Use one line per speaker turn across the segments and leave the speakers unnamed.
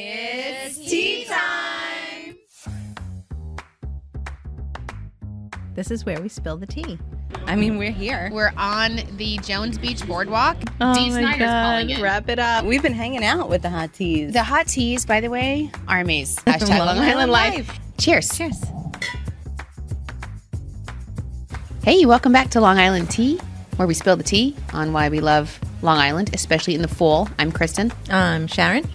It's tea time!
This is where we spill the tea.
I mean, we're here.
We're on the Jones Beach Boardwalk. Dee Snider's calling it.
Oh Wrap it up.
We've been hanging out with the hot teas.
The hot teas, by the way, are amazing. Hashtag Long Island Life. Cheers. Cheers. Hey, welcome back to Long Island Tea, where we spill the tea on why we love Long Island, especially in the fall. I'm Kristen.
Um, Sharon,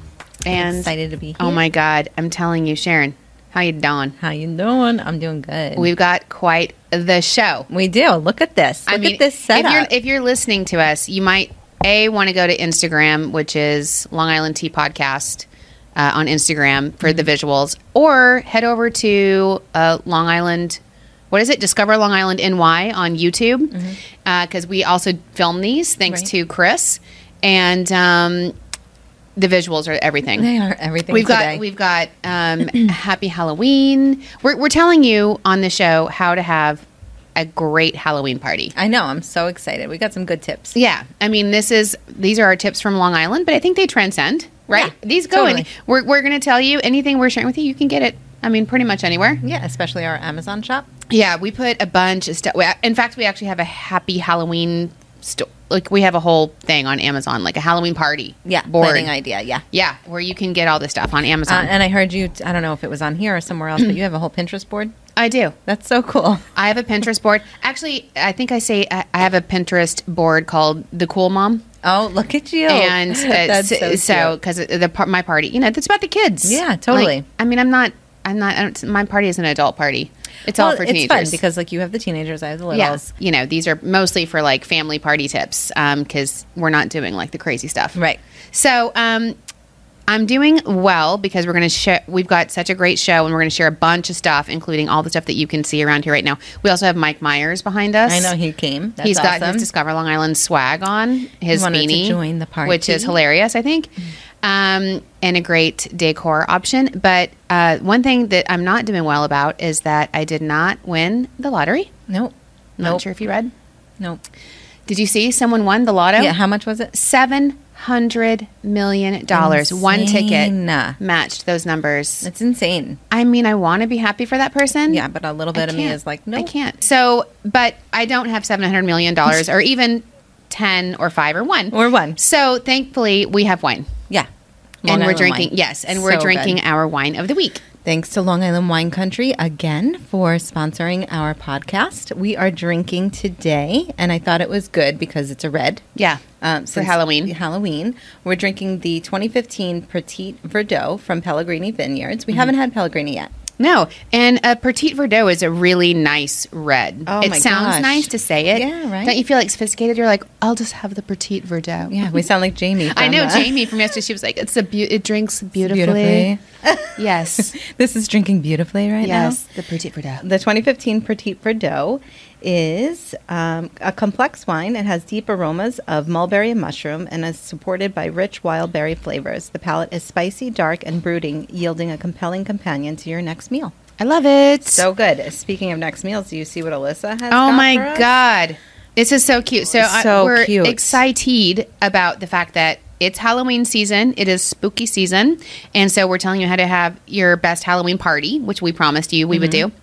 And
excited to be here.
Oh my God, I'm telling you, Sharon, how you doing?
how you doing? I'm doing good.
We've got quite the show.
we do. Look at this. Look at this setup.
If you're, if you're listening to us, you might a want to go to Instagram, which is Long Island Tea Podcast uh, on Instagram for the
Mm-hmm.
visuals, or head over to uh, Long Island. What is it? Discover Long Island NY on YouTube because we also film these thanks
Mm-hmm. Right.
to Chris and um, the visuals are everything.
they are everything
We've
today.
got we've got um, happy Halloween. We're, we're telling you on the show how to have a great Halloween party.
I know. I'm so excited. We got some good tips.
Yeah, I mean, this is these are our tips from Long Island, but I think they transcend, right?
Yeah,
these go in.
totally.
We're we're gonna tell you anything we're sharing with you. You can get it. I mean, pretty much anywhere.
Yeah, especially our Amazon shop.
Yeah, we put a bunch of stuff. In fact, we actually have a happy Halloween store. Like we have a whole thing on Amazon, like a Halloween party.
Yeah,
board.
planning idea. Yeah.
Yeah, where you can get all this stuff on
Uh,
Amazon.
and I heard you. I don't know if it was on here or somewhere else, but you have a whole Pinterest board.
I do.
That's so cool.
I have a Pinterest board. Actually, I think I say I I have a Pinterest board called the Cool Mom,
Oh, look at you.
and uh,
That's
so-
so
so
cute.
because the par- my party, you know, it's about the kids.
Yeah, totally.
Like, I mean, I'm not, I'm not. I don't, my party is an adult party. It's all
Well,
for
it's
teenagers.
fun because like you have the teenagers, I have the
yeah,
littles.
you know, these are mostly for like family party tips because we're not doing like the crazy stuff,
Right.
So, um, I'm doing well because we're going to share. We've got such a great show, and we're going to share a bunch of stuff, including all the stuff that you can see around here right now. We also have Mike Myers behind us.
I know he came. That's
He's got
awesome.
his Discover Long Island swag on his
wanted to
beanie,
join the party.
which is hilarious, I think, um, and a great decor option. But uh, one thing that I'm not doing well about is that I did not win the lottery.
Nope.
Not
Nope.
sure if you read.
Nope.
Did you see someone won the lotto?
Yeah. How much was it?
Seven hundred million dollars. One ticket
Insane.
matched those numbers.
It's insane.
I mean, I want to be happy for that person.
Yeah, but a little
I
bit of me
can't.
is like, no,
I can't. So, but I don't have seven hundred million dollars, or even ten, or five, or one,
Or one.
So, thankfully, we have wine,
Yeah,
and
Long
we're
Island
drinking.
wine.
Yes, and we're
So
drinking
good.
our wine of the week.
Thanks to Long Island Wine Country again for sponsoring our podcast. We are drinking today, and I thought it was good because it's a red.
Yeah,
Um,
for
since
Halloween.
Halloween, we're drinking the 2015 Petit Verdot from Pellegrini Vineyards. We haven't had Pellegrini yet.
No, and a Petit Verdot is a really nice red.
Oh
it
my
sounds
gosh.
nice to say it.
Yeah, right.
Don't you feel like sophisticated? You're like, I'll just have the Petit Verdot.
Yeah, we sound like Jamie.
I
from,
know
uh,
Jamie from yesterday. She was like, "It's a beau it drinks beautifully."
Beautifully.
Yes,
This is drinking beautifully right now.
yes, the Petit Verdot.
The 2015 Petit Verdot is um, a complex wine. It has deep aromas of mulberry and mushroom and is supported by rich wild berry flavors. The palate is spicy, dark, and brooding, yielding a compelling companion to your next meal.
I love it.
So good. Speaking of next meals, do you see what Alyssa has?
Oh
got
my
for us?
god, this is so cute. So, I-
So
we're
cute.
excited about the fact that it's Halloween season. It is spooky season, and so we're telling you how to have your best Halloween party, which we promised you we would
Mm-hmm.
do.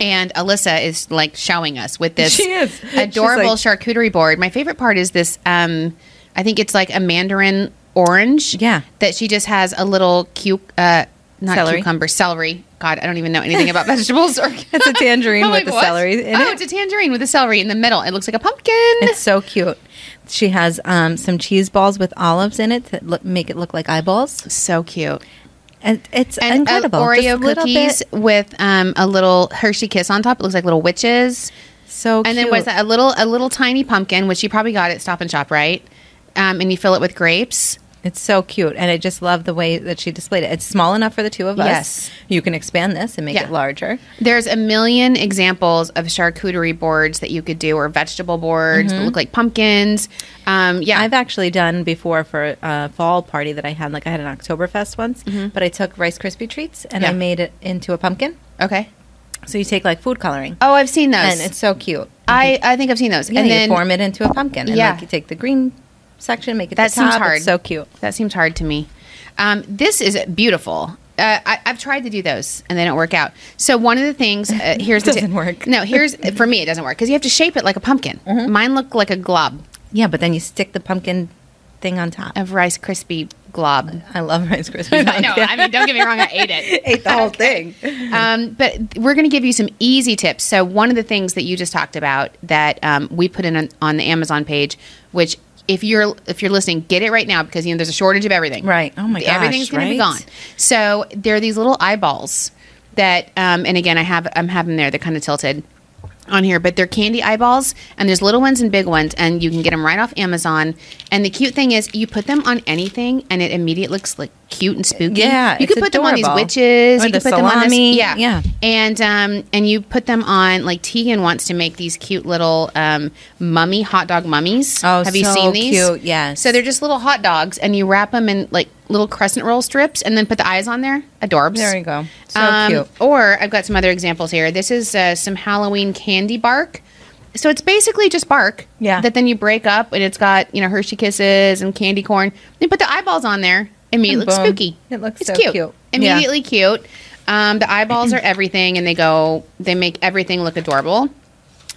And Alyssa is like showing us with this
She is. She's
adorable
like-
charcuterie board. My favorite part is this. Um, I think it's like a mandarin orange.
Yeah.
that she just has a little cu- uh, not
Celery.
cucumber, celery. God, I don't even know anything about vegetables or
It's a tangerine
I'm
with
like,
the
"What?"
celery in
oh,
it.
it's a tangerine with a celery in the middle. It looks like a pumpkin.
It's so cute. She has um, some cheese balls with olives in it that look, make it look like eyeballs.
so cute.
And it's
And uh,
incredible. Just
Oreo
a little
cookies
bit.
with um, a little Hershey kiss on top. It looks like little witches.
So Oh, cute.
And then was that a little a little tiny pumpkin, which you probably got at Stop and Shop, right? Um, and you fill it with grapes.
It's so cute, and I just love the way that she displayed it. It's small enough for the two of us.
Yes.
you can expand this and make
Yeah.
it larger.
There's a million examples of charcuterie boards that you could do, or vegetable boards that look like pumpkins. Um, yeah,
Mm-hmm. I've actually done before for a fall party that I had. Like I had an Oktoberfest once, but I took Rice Krispie treats and
Mm-hmm. Yeah.
I made it into a pumpkin.
okay.
So you take like food coloring,
Oh, I've seen those.
and it's so cute.
I I think I've seen those.
Yeah,
and
you
then
form it into a pumpkin, and
Yeah.
like you take the green section, make it
That
the
seems
top.
hard.
It's so cute.
That seems hard to me. Um, this is beautiful. Uh, I, I've tried to do those and they don't work out. So one of the things uh, here's the
Doesn't work. Mm-hmm.
No, here's for me it doesn't work because you have to shape it like a pumpkin. Mine looked like a glob
Yeah, but then you stick the pumpkin thing on top.
of Rice crispy glob.
I love Rice Krispies.
Oh. I know. I mean, don't get me wrong. I ate it.
ate the whole thing.
Um, but we're going to give you some easy tips. So one of the things that you just talked about that um, we put in on, on the Amazon page, which if you're if you're listening, get it right now because you know there's a shortage of everything.
Right. Oh my gosh,
Everything's going to be
right?
gone. So there are these little eyeballs that, um, and again, I have I'm having there. They're kind of tilted on here, but they're candy eyeballs, and there's little ones and big ones, and you can get them right off Amazon. And the cute thing is, you put them on anything, and it immediately looks like cute and spooky.
Yeah,
you could
it's
put them on these
adorable.
witches,
Or
you
the
could put them on
salami,
this, yeah,
yeah.
and um, and you put them on like Tegan wants to make these cute little um, mummy hot dog mummies.
Oh,
have you
so
seen these?
cute, yes.
So they're just little hot dogs, and you wrap them in like little crescent roll strips, and then put the eyes on there. Adorbs.
There you go. So
Um,
cute.
Or I've got some other examples here. This is uh, some Halloween candy bark. So it's basically just bark.
Yeah.
That then you break up, and it's got you know Hershey kisses and candy corn. You put the eyeballs on there. Immediately
And
looks
boom.
spooky.
It looks
it's
so
cute.
cute.
Immediately cute. Um, the eyeballs are everything, and they go. They make everything look adorable.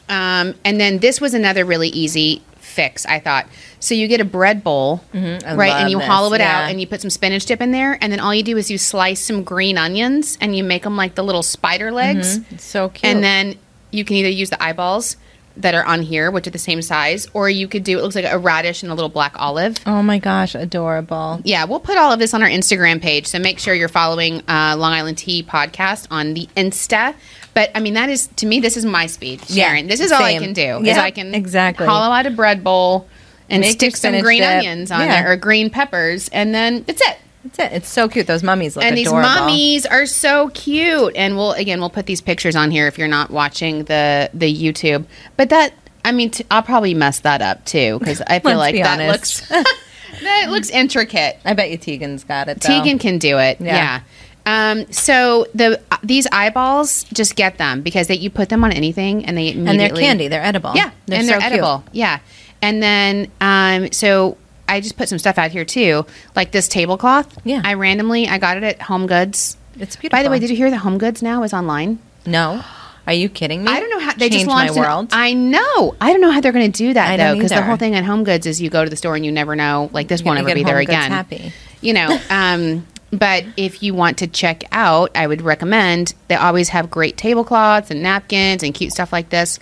Um, and then this was another really easy fix, I thought. So you get a bread bowl,
Mm-hmm. I
right? And
love
you
this,
hollow it
yeah.
out, and you put some spinach dip in there, and then all you do is you slice some green onions, and you make them like the little spider legs,
It's so Mm-hmm. cute.
and then you can either use the eyeballs that are on here, which are the same size, or you could do it looks like a radish and a little black olive.
oh my gosh, adorable.
Yeah, we'll put all of this on our Instagram page. So make sure you're following uh, Long Island Tea podcast on the Insta. But I mean, that is to me, this is my speed,
Yeah,
Sharon. this is all I
same.
can do. Is
Yeah,
I can
exactly.
hollow out a bread bowl and
Make your
stick some
spinach
green
dip.
onions on
Yeah.
there or green peppers, and then that's it.
That's it. It's so cute. Those mummies look
And
adorable.
these mommies are so cute. And we'll again, we'll put these pictures on here if you're not watching the the YouTube. But that, I mean, t- I'll probably mess that up too because I feel
Let's
like
be
that
honest.
looks that looks intricate.
I bet you Tegan's got it. Though.
Tegan can do it.
Yeah.
Yeah. Um, so the these eyeballs, just get them because they, you put them on anything and they immediately
and they're candy. They're edible.
Yeah, and
so
they're
cute.
edible. Yeah, and then um, so I just put some stuff out here too, like this tablecloth.
Yeah.
I randomly I got it at Home Goods.
It's
By the
beautiful.
way, did you hear that Home Goods now is online?
No, are you kidding me?
I don't know how they
Change
just launched.
my
an-
world.
I know. I don't know how they're going to do that
I
though,
don't
because the
either.
whole thing at Home Goods is you go to the store and you never know. Like this
You're
won't
gonna
ever be
get
there
Home Goods
again.
happy.
You know. Um, but if you want to check out, I would recommend. They always have great tablecloths and napkins and cute stuff like this,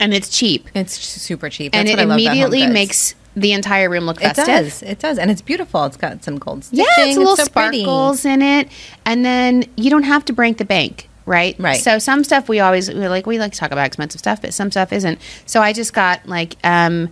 and it's cheap,
it's super cheap.
and
That's what
it
I love about Home
immediately
Goods.
makes the entire room look
it
festive.
does. It does, and it's beautiful. It's got some gold stitching.
Yeah, it's a little
so pretty.
sparkles in it, and then you don't have to break the bank, right?
Right.
So some stuff we always we like we like to talk about expensive stuff, but some stuff isn't. So I just got like um,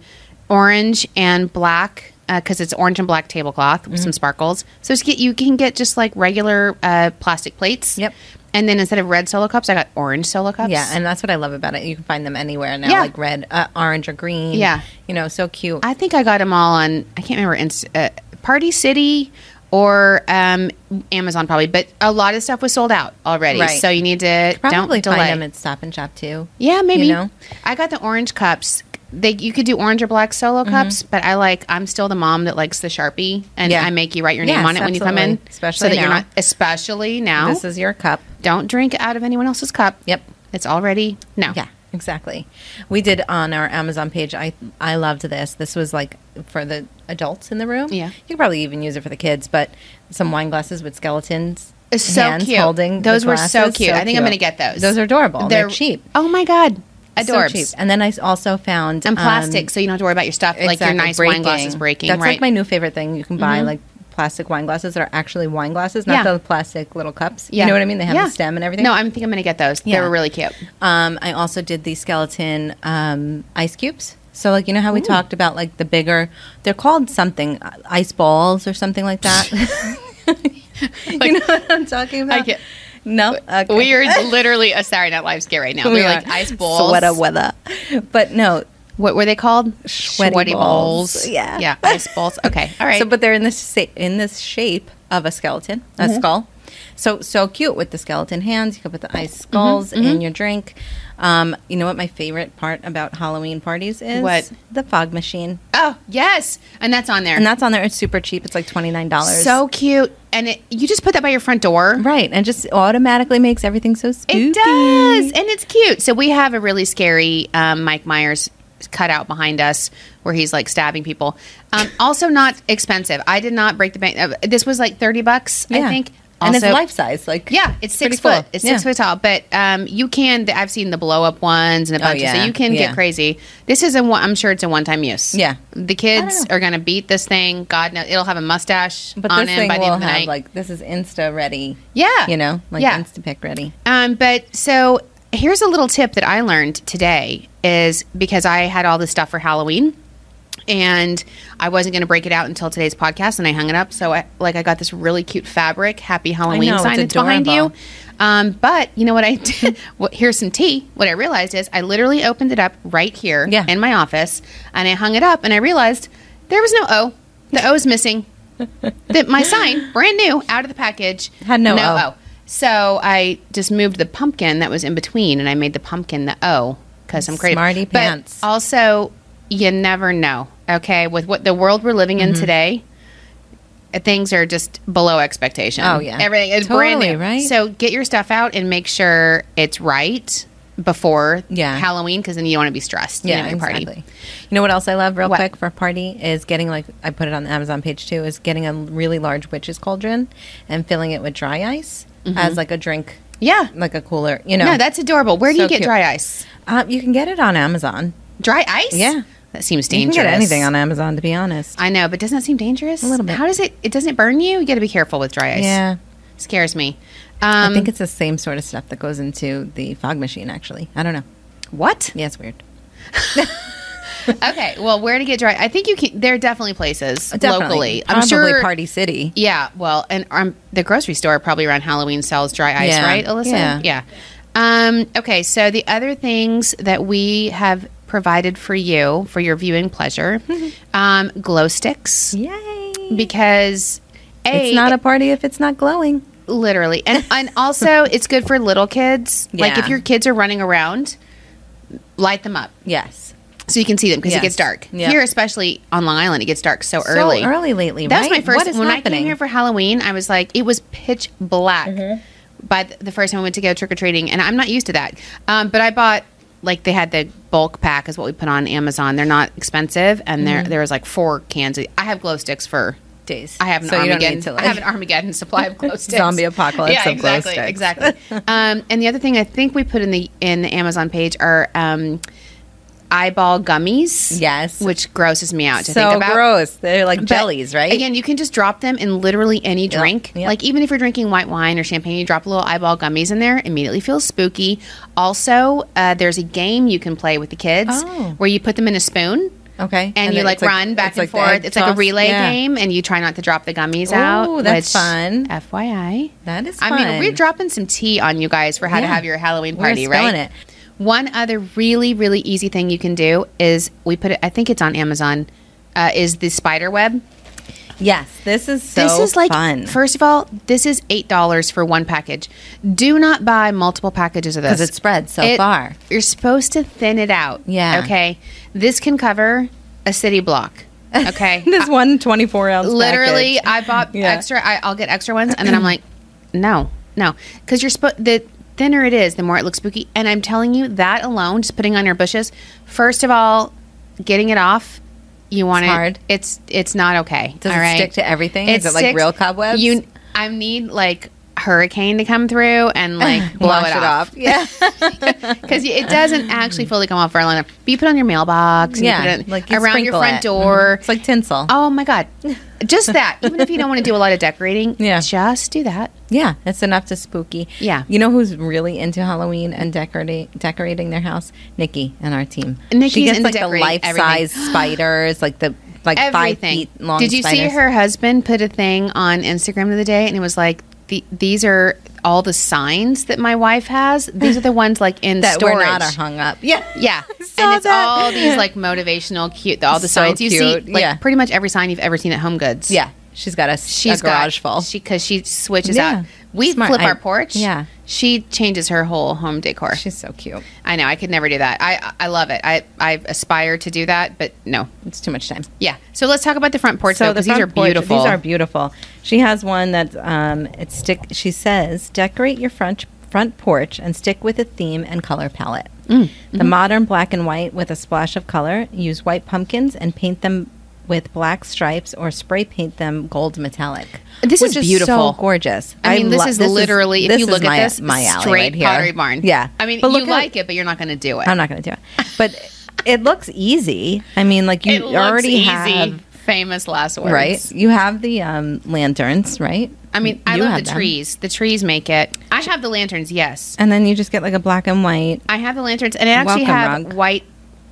orange and black because it's orange and black tablecloth with some sparkles. So just get, you can get just like regular uh, plastic plates.
Yep.
And then instead of red solo cups, I got orange solo cups.
Yeah, and that's what I love about it. You can find them anywhere now,
Yeah.
like red, uh, orange, or green.
Yeah.
you know, so cute.
I think I got them all on. I can't remember Inst- uh, Party City or um, Amazon probably, but a lot of stuff was sold out already.
Right.
So you need to
Probably
don't delay.
find them at Stop and Shop too.
yeah, maybe.
you know?
I got the orange cups. They, you could do orange or black
Mm-hmm.
solo cups, but I like. I'm still the mom that likes the sharpie, and
Yeah.
I make you write your
Yes,
name on it when you come in,
absolutely. Especially
so that you're
now.
not. Especially now,
This is your cup.
don't drink out of anyone else's cup.
Yep.
it's already no.
Yeah, exactly. We did on our Amazon page. I I loved this. This was like for the adults in the room.
Yeah.
you could probably even use it for the kids. But some wine glasses with skeletons.
It's so
hands
cute.
Holding the
Those were so
glasses.
cute. I think I'm gonna get those.
Those are adorable. They're, cheap.
Oh my god,
So
adorbs.
cheap. And then I s- also found
and
um,
plastic, so you don't have to worry about your stuff. like your
exactly,
nice wine glasses breaking.
That's
right? Mm-hmm.
like my new favorite thing. You can buy like plastic wine glasses that are actually wine glasses, not
Yeah.
the plastic little cups. You know what I mean? They have
Yeah.
the stem and everything.
No, I think I'm going to get those. They
Yeah.
were really cute.
Um, I also did the skeleton um, ice cubes. So, like, you know how we talked about, like, the bigger, they're called something, uh, ice balls or something like that. you know what I'm talking about?
get-
No? Okay.
We are literally a Saturday Night Live skit right now. They're
We
like
are.
ice balls.
Sweater weather. But no.
What were they called?
Sweaty
Sweaty
balls.
Yeah,
Yeah.
yeah, ice balls. Okay, all right.
Mm-hmm. So, but they're in this, sa- in this shape of a skeleton, a skull. So so cute with the skeleton hands. You can put the ice skulls in your drink. Um, you know what my favorite part about Halloween parties is?
What?
the fog machine,
Oh yes, and that's on there.
and that's on there. It's super cheap. It's like twenty nine dollars.
so cute, and it, you just put that by your front door.
right, and just automatically makes everything so spooky.
It does, and it's cute. So we have a really scary um, Mike Myers cutout behind us where he's like stabbing people. Um, also, not expensive. I did not break the bank. Uh, this was like thirty bucks, I
Yeah.
think.
and it's
Also-
life size. Like
Yeah, it's
pretty
six foot.
cool.
It's six
Yeah.
foot tall. But um, you can. I've seen the blow up ones and a
Oh,
bunch. Of,
yeah.
so you can
Yeah.
get crazy. This is a one. I'm sure it's a one time use.
Yeah.
the kids
don't know.
are gonna beat this thing. God knows it'll have a mustache
But
on
this
him
thing
by the
will
end of
have
the night.
like this is Insta ready.
yeah,
You know, like
yeah.
Insta pick ready.
Um, but so here's a little tip that I learned today is because I had all this stuff for Halloween and I wasn't going to break it out until today's podcast and I hung it up. So I, like I got this really cute fabric, happy Halloween
know,
sign
it's
that's behind you.
adorable.
Um, but you know what I did? what, here's some tea. What I realized is I literally opened it up right here
Yeah.
in my office and I hung it up and I realized there was no O. The O is missing. the, my sign, brand new, out of the package.
Had no O.
So I just moved the pumpkin that was in between, and I made the pumpkin the O because I'm crazy.
Smarty pants.
But also, you never know. Okay, with what the world we're living in
Mm-hmm.
today, uh, things are just below expectation.
Oh, yeah.
everything is brand
Totally,
new,
right?
So get your stuff out and make sure it's right before
Yeah.
Halloween, because then you don't want to be stressed. you know, at your party.
You know what else I love real
What?
quick for a party is getting like I put it on the Amazon page too is getting a really large witch's cauldron and filling it with dry ice as like a drink,
Yeah.
like a cooler. You know,
Mm-hmm. No, that's adorable. Where do
So
you get
cute.
dry ice?
uh, you can get it on Amazon.
Dry ice?
Yeah.
That seems
You can
dangerous.
get anything on Amazon, to be honest.
I know, but doesn't that seem dangerous? A
little bit.
How does it? It doesn't burn you. You got to be careful with dry ice.
Yeah.
scares me.
I
Um,
think it's the same sort of stuff that goes into the fog machine. Actually, I don't know.
what?
Yeah, it's weird.
okay. Well, where to get dry? I think you can. There are definitely places
Oh, Definitely.
locally. I'm
Probably
sure.
Party City.
Yeah. Well, and um, the grocery store probably around Halloween sells dry ice,
Yeah.
right, Alyssa?
Yeah.
Um, okay. So the other things that we have provided for you for your viewing pleasure, um, glow sticks,
Yay!
because a,
it's not a party if it's not glowing.
literally and and also it's good for little kids like
Yeah.
if your kids are running around light them up
Yes.
so you can see them because
Yes.
it gets dark
Yeah.
here especially on long island it gets dark so, early
So early lately.
that was
right?
my first
What is
when i
happening? Mm-hmm.
came here for halloween i was like it was pitch black by the, the first time we went to go trick-or-treating and i'm not used to that um, but i bought like they had the bulk pack is what we put on amazon they're not expensive and
Mm-hmm.
there there was like four cans of, i have glow sticks for
days.
I have an
So you don't
Armageddon.
need to, like-
I have an Armageddon supply of glow sticks.
Zombie apocalypse
Yeah,
of glow
exactly,
sticks.
exactly. um, and the other thing I think we put in the in the Amazon page are um, eyeball gummies.
Yes.
which grosses me out to
so
think about.
gross. They're like
But
jellies, right?
Again, you can just drop them in literally any drink.
yep.
Like even if you're drinking white wine or champagne, you drop a little eyeball gummies in there. Immediately feels spooky. Also, uh, there's a game you can play with the kids
Oh.
where you put them in a spoon
okay.
and, you
then
like
it's
run back
it's
and
the
forth.
egg
It's like a
toss.
relay
Yeah.
game, and you try not to drop the gummies out.
Ooh, that's fun.
FYI,
That is
I mean,
fun.
we're dropping some tea on you guys for how to
Yeah.
have your Halloween
We're
party,
spilling it.
right? One other really, really easy thing you can do is we put it. I think it's on Amazon. Uh, is the spider web?
Yes, this is so
this is like
fun.
first of all, this is eight dollars for one package. Do not buy multiple packages of this
'Cause it spreads so far.
You're supposed to thin it out.
Yeah.
Okay. This can cover a city block. Okay.
this one 24 ounce.
literally i bought
Yeah.
extra I, i'll get extra ones and then i'm like no no because you're supposed the thinner it is the more it looks spooky and i'm telling you that alone just putting on your bushes first of all getting it off you want
It's
it
hard.
it's it's not okay
Does
all
it
right?
stick to everything? Is it like
sticks-
real cobwebs?
you i need like hurricane to come through and like blow
Wash
it off
Yeah.
because it doesn't actually fully come off for long enough but you put it on your mailbox and you
Yeah,
put it
like you
around your
sprinkle
front
it. Mm-hmm.
door
it's like tinsel.
Oh my god. Just that. Even if you don't want to do a lot of decorating,
Yeah.
just do that.
Yeah, it's enough to spooky.
Yeah.
You know who's really into Halloween and decorating decorating their house? Nikki and our team.
Nikki's
she gets
into
like the
decorating
life size spiders, like the like five
Everything.
feet long.
Did you see
spiders.
her husband put a thing on Instagram the other day and it was like the, these are all the signs that my wife has. These are the ones like in
that
storage.
were not are hung up? Yeah.
yeah.
saw
and it's
that.
all these like motivational cute all the
So
signs you
cute.
see like
Yeah.
pretty much every sign you've ever seen at Home Goods.
Yeah. She's got a, she's
She's
garage
got,
full.
She because she switches
Yeah.
out We
Smart.
flip
I-
our porch.
yeah.
She changes her whole home decor.
She's so cute.
I know. I could never do that. I I love it. I I aspire to do that, but no.
It's too much time.
Yeah. So let's talk about the front porch though,
the
because these
front
are
porch-
beautiful.
These are beautiful. She has one that um, it's stick. She says, decorate your front front porch and stick with a theme and color palette.
Mm,
The
mm-hmm.
modern black and white with a splash of color. Use white pumpkins and paint them with black stripes or spray paint them gold metallic.
This
which
is beautiful.
so gorgeous.
I mean, this
lo-
is literally if you
is
look
my-
at this,
my alley
straight
right here.
Pottery Barn.
Yeah,
I mean,
But
you
look how-
like it, but you're not going to do it.
I'm not going to do it, but it looks easy. I mean, like you
it looks
already
easy.
have
famous last words.
Right. You have the um, lanterns, right?
I mean, I
You
love
have
the
them.
trees. The trees make it. I have the lanterns. Yes,
And then you just get like a black and white.
I have the lanterns, and I actually
Welcome,
have
Rug.
white.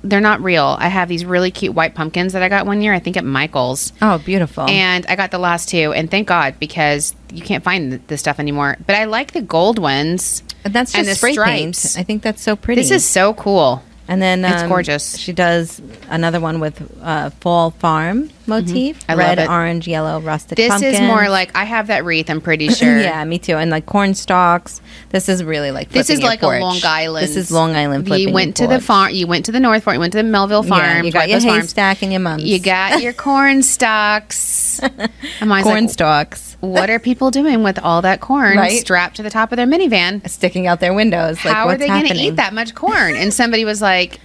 They're not real. I have these really cute white pumpkins that I got one year. I think at Michael's.
Oh, beautiful.
And I got the last two, and thank God because you can't find th- this stuff anymore. But I like the gold ones.
And that's just
and the
spray
stripes.
paint. I think that's so pretty.
This is so cool.
and then
it's
um,
gorgeous.
She does another one with uh, fall farm motif,
Mm-hmm. I love
red,
it.
orange, yellow, rustic.
This is
pumpkin.
more like I have that wreath. I'm pretty sure.
yeah, me too. And like corn stalks. This is really like
This
flipping
is
your
like a
porch.
Long Island.
This is Long Island. flipping
You
your
went to the
porch.
farm. You went to the North Fork. You went to the Melville
Yeah,
Farm.
you got your haystack and your mums.
You got your corn stalks. And mine's
corn
like,
stalks
What are people doing with all that corn
Right?
strapped to the top of their minivan?
sticking out their windows. Like,
How are
what's
they going to
happening?
eat that much corn? And somebody was like,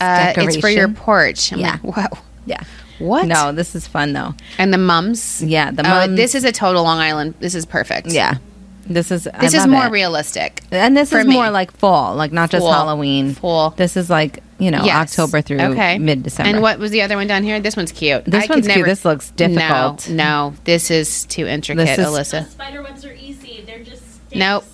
uh, "It's for your
decoration.
porch." I'm
Yeah.
Like, Whoa.
Yeah.
What?
No, this is fun though.
And the mums.
Yeah, the
Oh,
mums.
this is a total Long Island. This is perfect.
Um, Yeah. This is I
This is
love
more
it.
realistic.
And this
for
is
me.
more like fall, like not just
Fall.
Halloween.
Fall.
This is like, you know,
Yes.
October through mid December.
And what was the other one down here? This one's cute.
This
could
one's cute. This looks difficult.
No, no, this is too intricate,
This is-
Alyssa.
Spider webs are easy. They're just sticks.
Nope.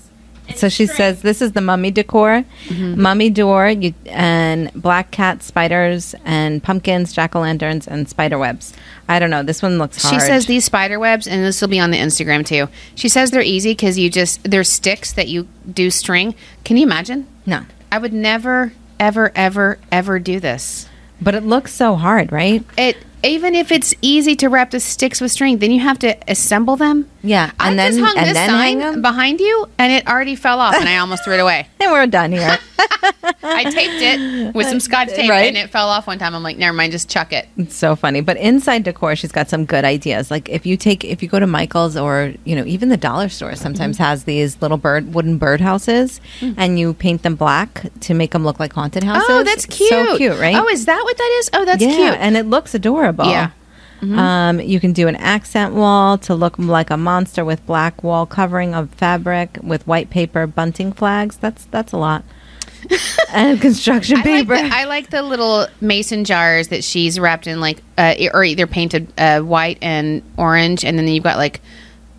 and
So she
string.
says this is the mummy decor,
Mm-hmm.
mummy door, you, and black cat spiders and pumpkins, jack o' lanterns, and spider webs. I don't know. This one looks hard.
She says these spider webs, and this will be on the Instagram too. She says they're easy because you just they're sticks that you do string. Can you imagine?
no,
I would never, ever, ever, ever do this.
but it looks so hard, right?
It even if it's easy to wrap the sticks with string, then you have to assemble them.
Yeah,
I
and
just
then-
hung
and
this
then hang
sign
'em?
behind you, and it already fell off, and I almost threw it away.
And we're done here.
I taped it with some scotch tape
Right?
and it fell off one time. I'm like, never mind, just chuck it.
It's so funny. But inside decor, she's got some good ideas. Like if you take, if you go to Michael's or you know even the dollar store,
Mm-hmm.
sometimes has these little bird wooden birdhouses, and you paint them black to make them look like haunted houses.
Mm. Oh, that's cute.
So cute, right?
Oh, is that what that is? Oh, that's
yeah,
cute.
and it looks adorable.
Yeah. Mm-hmm.
Um, you can do an accent wall to look like a monster with black wall covering of fabric with white paper bunting flags. That's that's a lot. and construction
I like,
paper.
the, I like the little mason jars that she's wrapped in, like, uh, e- or either painted uh, white and orange, and then you've got like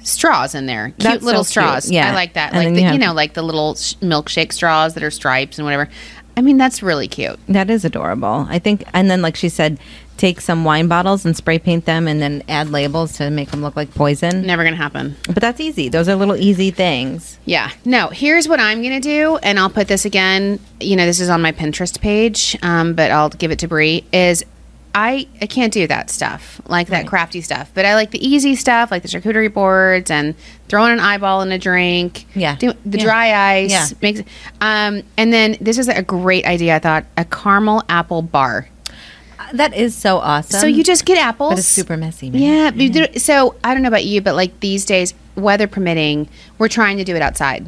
straws in there, cute
That's so
little
cute.
straws.
Yeah.
I like that.
And
like
then
the,
you
you,
have-
know, like the little sh- milkshake straws that are stripes and whatever. I mean, that's really cute.
That is adorable. I think, and then like she said, take some wine bottles and spray paint them, and then add labels to make them look like poison.
Never gonna happen.
But that's easy. Those are little easy things.
Yeah. No, here's what I'm going to do. And I'll put this again. You know, this is on my Pinterest page, um, but I'll give it to Brie. Is I, I can't do that stuff, like that crafty stuff. But I like the easy stuff, like the charcuterie boards and throwing an eyeball in a drink.
Yeah.
Do, the
Yeah.
dry ice.
Yeah.
Makes, um, and then this is a great idea, I thought a caramel apple bar.
Uh, That is so awesome.
So you just get apples.
but it's super messy. Man.
Yeah, but you do it- so I don't know about you, but like these days, weather permitting, we're trying to do it outside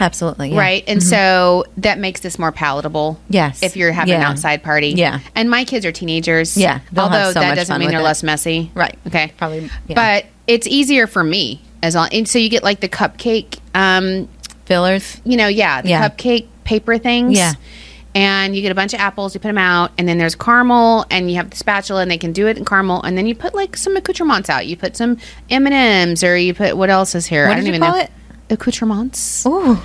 absolutely. yeah. Mm-hmm.
right? And so that makes this more palatable.
Yes.
if you're having an
Yeah.
outside party.
Yeah.
and my kids are teenagers.
Yeah, they'll have
although
so
that
much
doesn't
fun
mean
with
they're
it.
less messy.
Right.
Okay.
Probably, yeah.
But it's easier for me as long, and so you get like the cupcake. Um,
Fillers.
you know, yeah, the
Yeah.
cupcake paper things.
Yeah.
And you get a bunch of apples, you put them out, and then there's caramel, and you have the spatula, and they can do it in caramel, and then you put like some accoutrements out. You put some M and M's, or you put what else is here?
What
I don't
did you
even
call
know.
it?
Accoutrements.
Ooh,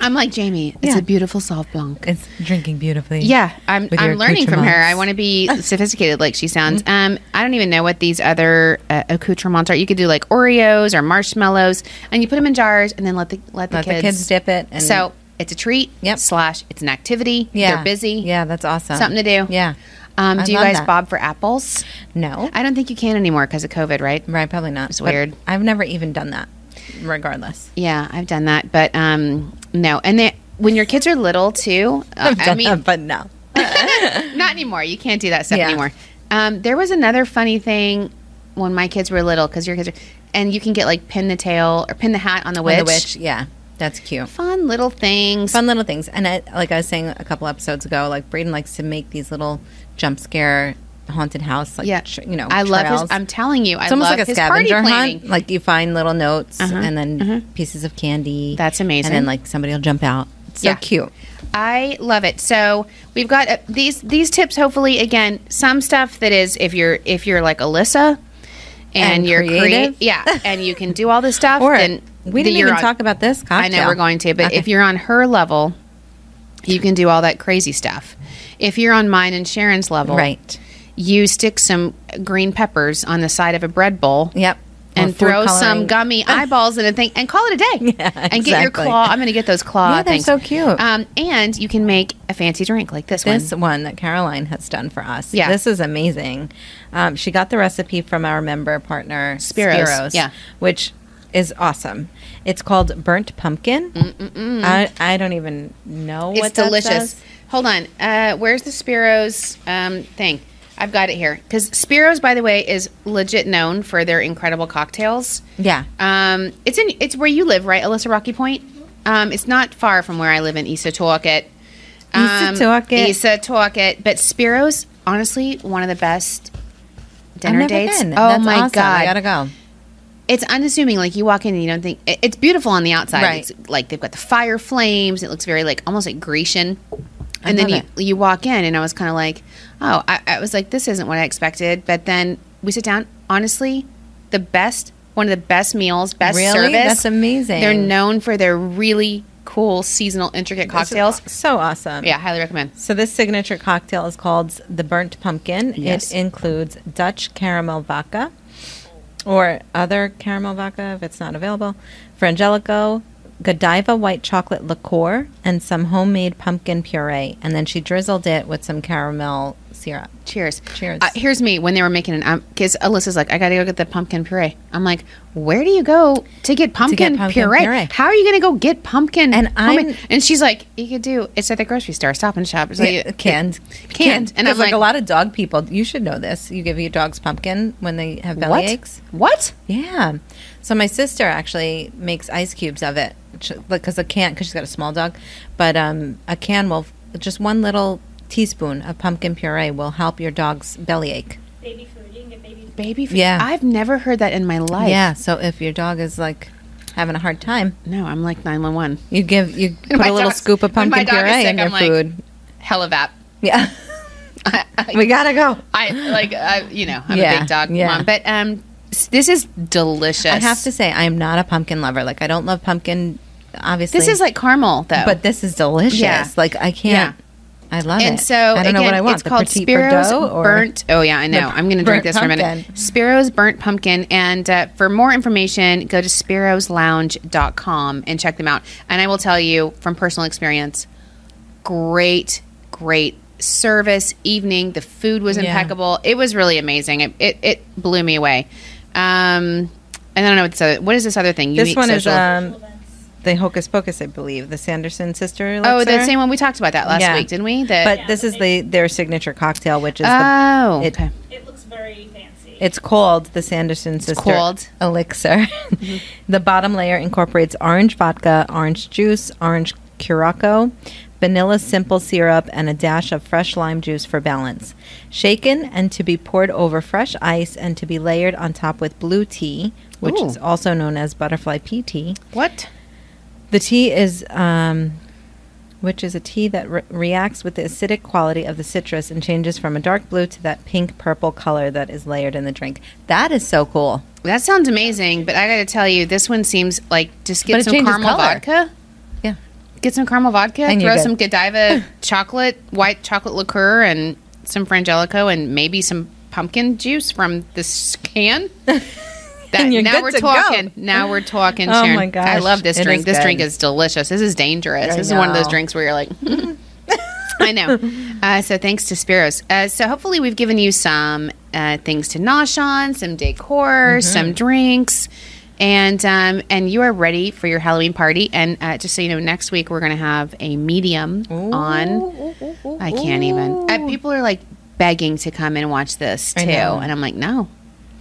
I'm like Jamie. It's
Yeah.
a beautiful Sauve Blanc.
it's drinking beautifully.
Yeah, I'm.
With your
I'm learning from her.
accoutrements. Mm-hmm.
I want to be sophisticated like she sounds. Um, I don't even know what these other uh, accoutrements are. You could do like Oreos or marshmallows, and you put them in jars, and then let the let the,
Let
kids,
the kids dip it. And
So it's a treat.
Yep.
Slash, it's an activity.
yeah,
They're busy.
Yeah, that's awesome.
Something to do.
Yeah.
Um,
I
do you
love
guys
that.
bob for apples?
No.
I don't think you can anymore because of COVID, right?
right. Probably not.
It's
But
weird.
I've never even done that. regardless.
Yeah, I've done that, but um, no. And they, when your kids are little too, uh,
I've
I
done
mean,
that, but no.
not anymore. You can't do that stuff
Yeah.
anymore. Um, there was another funny thing when my kids were little because your kids are, and you can get like pin the tail or pin the hat on the witch.
On The witch, yeah, that's cute.
Fun little things.
Fun little things, and I, like I was saying a couple episodes ago, like Braden likes to make these little jump scare haunted house, like
yeah,
tr- you know,
I love
trails.
his. I'm telling you, I
it's almost
love
like a
his party
scavenger
planning.
hunt. Like you find little notes
Uh-huh,
and then
uh-huh.
pieces of candy.
That's amazing.
And then like somebody will jump out. It's so
Yeah.
cute.
I love it. So we've got uh, these these tips. Hopefully, again, some stuff that is if you're if you're like Alyssa and,
And
you're
creative.
creative, yeah, and you can do all this stuff.
Or
then
we
then
didn't
you're
even
on-
talk about this
I
cocktail.
know we're going to, but
Okay.
if you're on her level, you can do all that crazy stuff. If you're on mine and Sharon's level,
right,
you stick some green peppers on the side of a bread bowl.
yep, Or
And
food
throw
coloring.
some gummy eyeballs in a thing and call it a day.
Yeah,
And get your
exactly.
claw. I'm going to get those claw
Yeah, they're
things.
so cute.
Um, and you can make a fancy drink like this,
This
one.
one that Caroline has done for us.
Yeah.
This is amazing. Um, she got the recipe from our member partner,
Spiros,
Spiros.
yeah.
Which is awesome. It's called Burnt Pumpkin. I, I don't even know what
It's
that
delicious.
says.
Hold on. Uh, where's the Spiro's um, thing? I've got it here. Because Spiro's, by the way, is legit known for their incredible cocktails.
Yeah.
Um, it's in it's where you live, right, Alyssa Rocky Point? Um, it's not far from where I live in Eastatookit.
Eastatookit.
Eastatookit. But Spiro's, honestly, one of the best dinner
I've never
dates.
been.
Oh
That's
my
awesome.
god,
I gotta go.
it's unassuming. Like you walk in and you don't think it- it's beautiful on the outside.
Right.
It's like they've got the fire flames. It looks very like almost like Grecian.
I
And then you
love
you walk in and I was kind of like, oh, I, I was like this isn't what I expected. But then we sit down. Honestly, the best one of the best meals, best
Really?
service.
That's amazing.
They're known for their really cool seasonal intricate
This is
cocktails.
So awesome.
Yeah, highly recommend.
So this signature cocktail is called the Burnt Pumpkin.
Yes.
It includes Dutch caramel vodka or other caramel vodka if it's not available, Frangelico, Godiva white chocolate liqueur, and some homemade pumpkin puree. And then she drizzled it with some caramel syrup.
Cheers.
Cheers.
Uh, here's me when they were making it. Because Alyssa's like, I got to go get the pumpkin puree. I'm like, where do you go to get pumpkin,
pumpkin
puree?
puree.
How are you going to go get pumpkin?
And
homemade-
I'm-
and she's like, you could do it's at the grocery store, stop and shop. It's like,
Yeah, canned.
canned. And I'm
Because,
like,
a lot of dog people, you should know this. You give your dogs pumpkin when they have belly
what?
aches.
What?
Yeah. So my sister actually makes ice cubes of it because a can because she's got a small dog, but um, a can will just one little teaspoon of pumpkin puree will help your dog's belly ache.
Baby food. You can get baby food.
Baby food.
Yeah.
I've never heard that in my life.
Yeah. So if your dog is like having a hard time,
No, I'm like 911.
you give you put
When my
a little
dog's-
scoop of
when my
pumpkin
dog is
puree
sick,
in your
I'm like-
food.
Hella vap.
Yeah. we gotta go.
I like, I, you know, I'm a
Yeah,
big dog
yeah.
mom. But um, s- this is delicious.
I have to say I am not a pumpkin lover. Like I don't love pumpkin. Obviously,
This is like caramel, though.
but this is delicious.
Oh. Yeah.
Like I can't. I love it.
And so
I don't
again,
know what I want.
it's
the
called
petit
Spiro's
Bordeaux or-
burnt. Oh yeah, I know.
the
I'm going to
burnt
drink this for a minute.
pumpkin.
Spiro's burnt pumpkin. And uh, for more information, go to spiroslounge.com and check them out. And I will tell you from personal experience, great, great service evening. The food was
Yeah.
impeccable. It was really amazing. It it, it blew me away. Um, and I don't know what's other, what is this other thing.
This
Unique
one is
social-
um,
Events.
the Hocus Pocus, I believe, the Sanderson sister.
oh
elixir.
the same one we talked about that last
Yeah.
week, didn't we? That
But this is the their signature cocktail, which is
oh
the, it-
okay.
It looks very fancy.
It's called the Sanderson Sister
called. Mm-hmm.
Elixir. the bottom layer incorporates orange vodka, orange juice, orange curacao, vanilla simple syrup, and a dash of fresh lime juice for balance. Shaken and to be poured over fresh ice and to be layered on top with blue tea, which
Ooh.
is also known as butterfly pea tea.
What?
The tea is, um, which is a tea that re- reacts with the acidic quality of the citrus and changes from a dark blue to that pink purple color that is layered in the drink. That is so cool.
That sounds amazing, but I got to tell you, this one seems like just
But
get
it
some
changes
caramel
color.
vodka.
Yeah.
Get some caramel vodka,
And you're
throw
good.
some Godiva chocolate, white chocolate liqueur, and some Frangelico, and maybe some pumpkin juice from this can. That,
And you're
now
good
we're
to go.
talking. Now we're talking.
Oh
Sharon.
my gosh,
I love this
it
drink.
is
This drink
good.
is delicious. This is dangerous.
I
this is one of those
know.
drinks where you're like, I know. Uh, so thanks to Spiros. Uh, so hopefully we've
Mm-hmm.
given you some uh, things to nosh on, some decor, some drinks. and um, and you are ready for your Halloween party. And uh, just so you know, next week we're going to have a medium on. I can't even. Uh, people are like begging to come and watch this too,
I know.
and I'm like, no,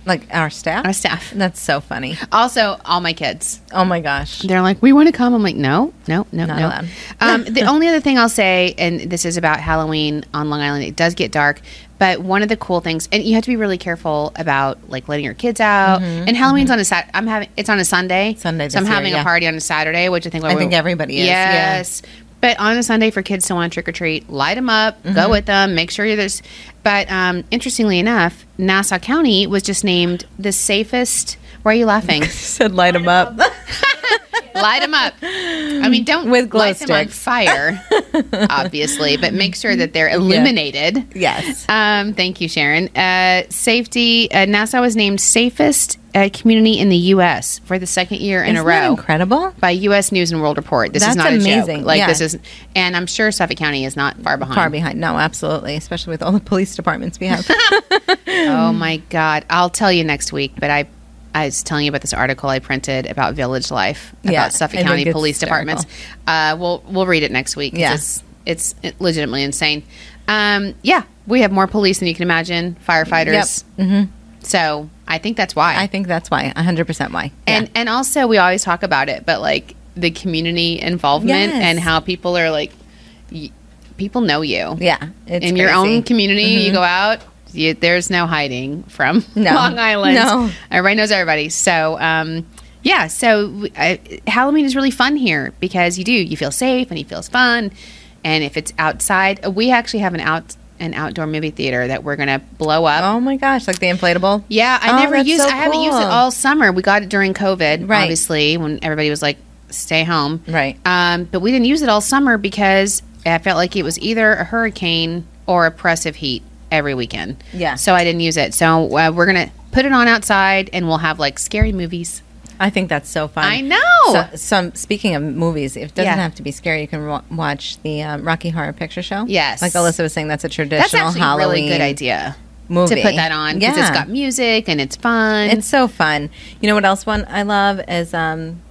Like our staff?
Our staff.
That's so funny.
Also, all my kids.
Oh my gosh.
They're like, we want to come. I'm like, no, no, no,
Not
no.
allowed.
Um, the only other thing I'll say, and this is about Halloween on Long Island, it does get dark. But one of the cool things, and you have to be really careful about like letting your kids out. and Halloween's on a Sat. I'm having it's on a Sunday.
Mm-hmm, Sunday
So I'm
this year,
having a
yeah.
party on a Saturday, which I think
I think everybody is, yeah.
Yes. But on a Sunday for kids to want to trick or treat, light them up,
Mm-hmm.
go with them, make sure there's. But um, interestingly enough, Nassau County was just named the safest. Why are you laughing?
Said light them up.
light them up. I mean, don't
With glow
light them on
sticks.
fire, obviously, but make sure that they're illuminated.
yes.
Um, thank you, Sharon. Uh, safety. Uh, Nassau was named safest uh, community in the U.S. for the second year in
Isn't
a
that
row
incredible.
by U.S. News and World Report. This is
That's
not a
amazing,
joke. Like
yeah.
this is, and I'm sure Suffolk County is not far behind.
Far behind. No, absolutely. Especially with all the police departments we have.
Oh my God! I'll tell you next week. But I, I was telling you about this article I printed about village life about
Yeah,
Suffolk
I think
County
it's
Police Departments. Uh, we'll we'll read it next week. 'cause
Yeah.
It's, it's legitimately insane. Um, yeah, we have more police than you can imagine. Firefighters. Mm-hmm. So I think that's why.
I think that's why. 100% why. Yeah.
and and also we always talk about it, but like the community involvement
Yes.
and how people are like, y- people know you
yeah. It's
in your
crazy. Mm-hmm.
own community, you go out. You, there's no hiding from
No.
Long Island.
No.
Everybody knows everybody. So, um, yeah. So uh, Halloween is really fun here because you do you feel safe and it feels fun. And if it's outside, we actually have an out an outdoor movie theater that we're gonna blow up.
Oh my gosh. Like the inflatable.
Yeah, I
Oh,
never
that's
used.
so
I haven't used it
cool.
all summer. We got it during COVID,
Right.
obviously, when everybody was like, "Stay home."
Right.
Um, but we didn't use it all summer because I felt like it was either a hurricane or oppressive heat every weekend.
Yeah.
So I didn't use it. So uh, we're gonna put it on outside, and we'll have like scary movies.
I think that's so fun.
I know.
So, some speaking of movies, it doesn't
Yeah.
have to be scary. You can wa- watch the um, Rocky Horror Picture Show.
Yes.
like Alyssa was saying, that's a traditional
That's actually
Halloween.
a really good idea
movie.
to put that on because it's
Yeah.
got music and it's fun.
It's so fun. You know what else one I love is um,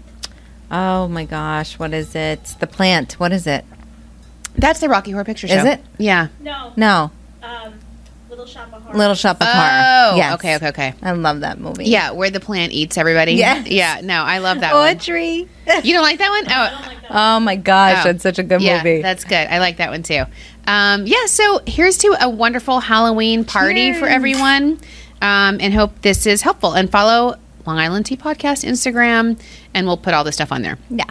oh my gosh, what is it? The plant. What is it?
that's the Rocky Horror Picture Show.
Is it?
Yeah.
No.
No,
Um, Little Shop of Horrors.
Little Shop of Horror.
Oh.
Yes.
Okay. Okay. Okay.
I love that movie.
Yeah, where the plant eats everybody.
Yes.
Yeah, no, I love that one.
Audrey.
You don't like that one?
I don't
Oh,
like that.
oh my gosh,
Oh.
that's such a good
yeah,
movie.
that's good. I like that one too. Um, yeah, so here's to a wonderful Halloween party for everyone, um, and hope this is helpful. And follow Long Island Tea Podcast Instagram, and we'll put all this stuff on there.
yeah.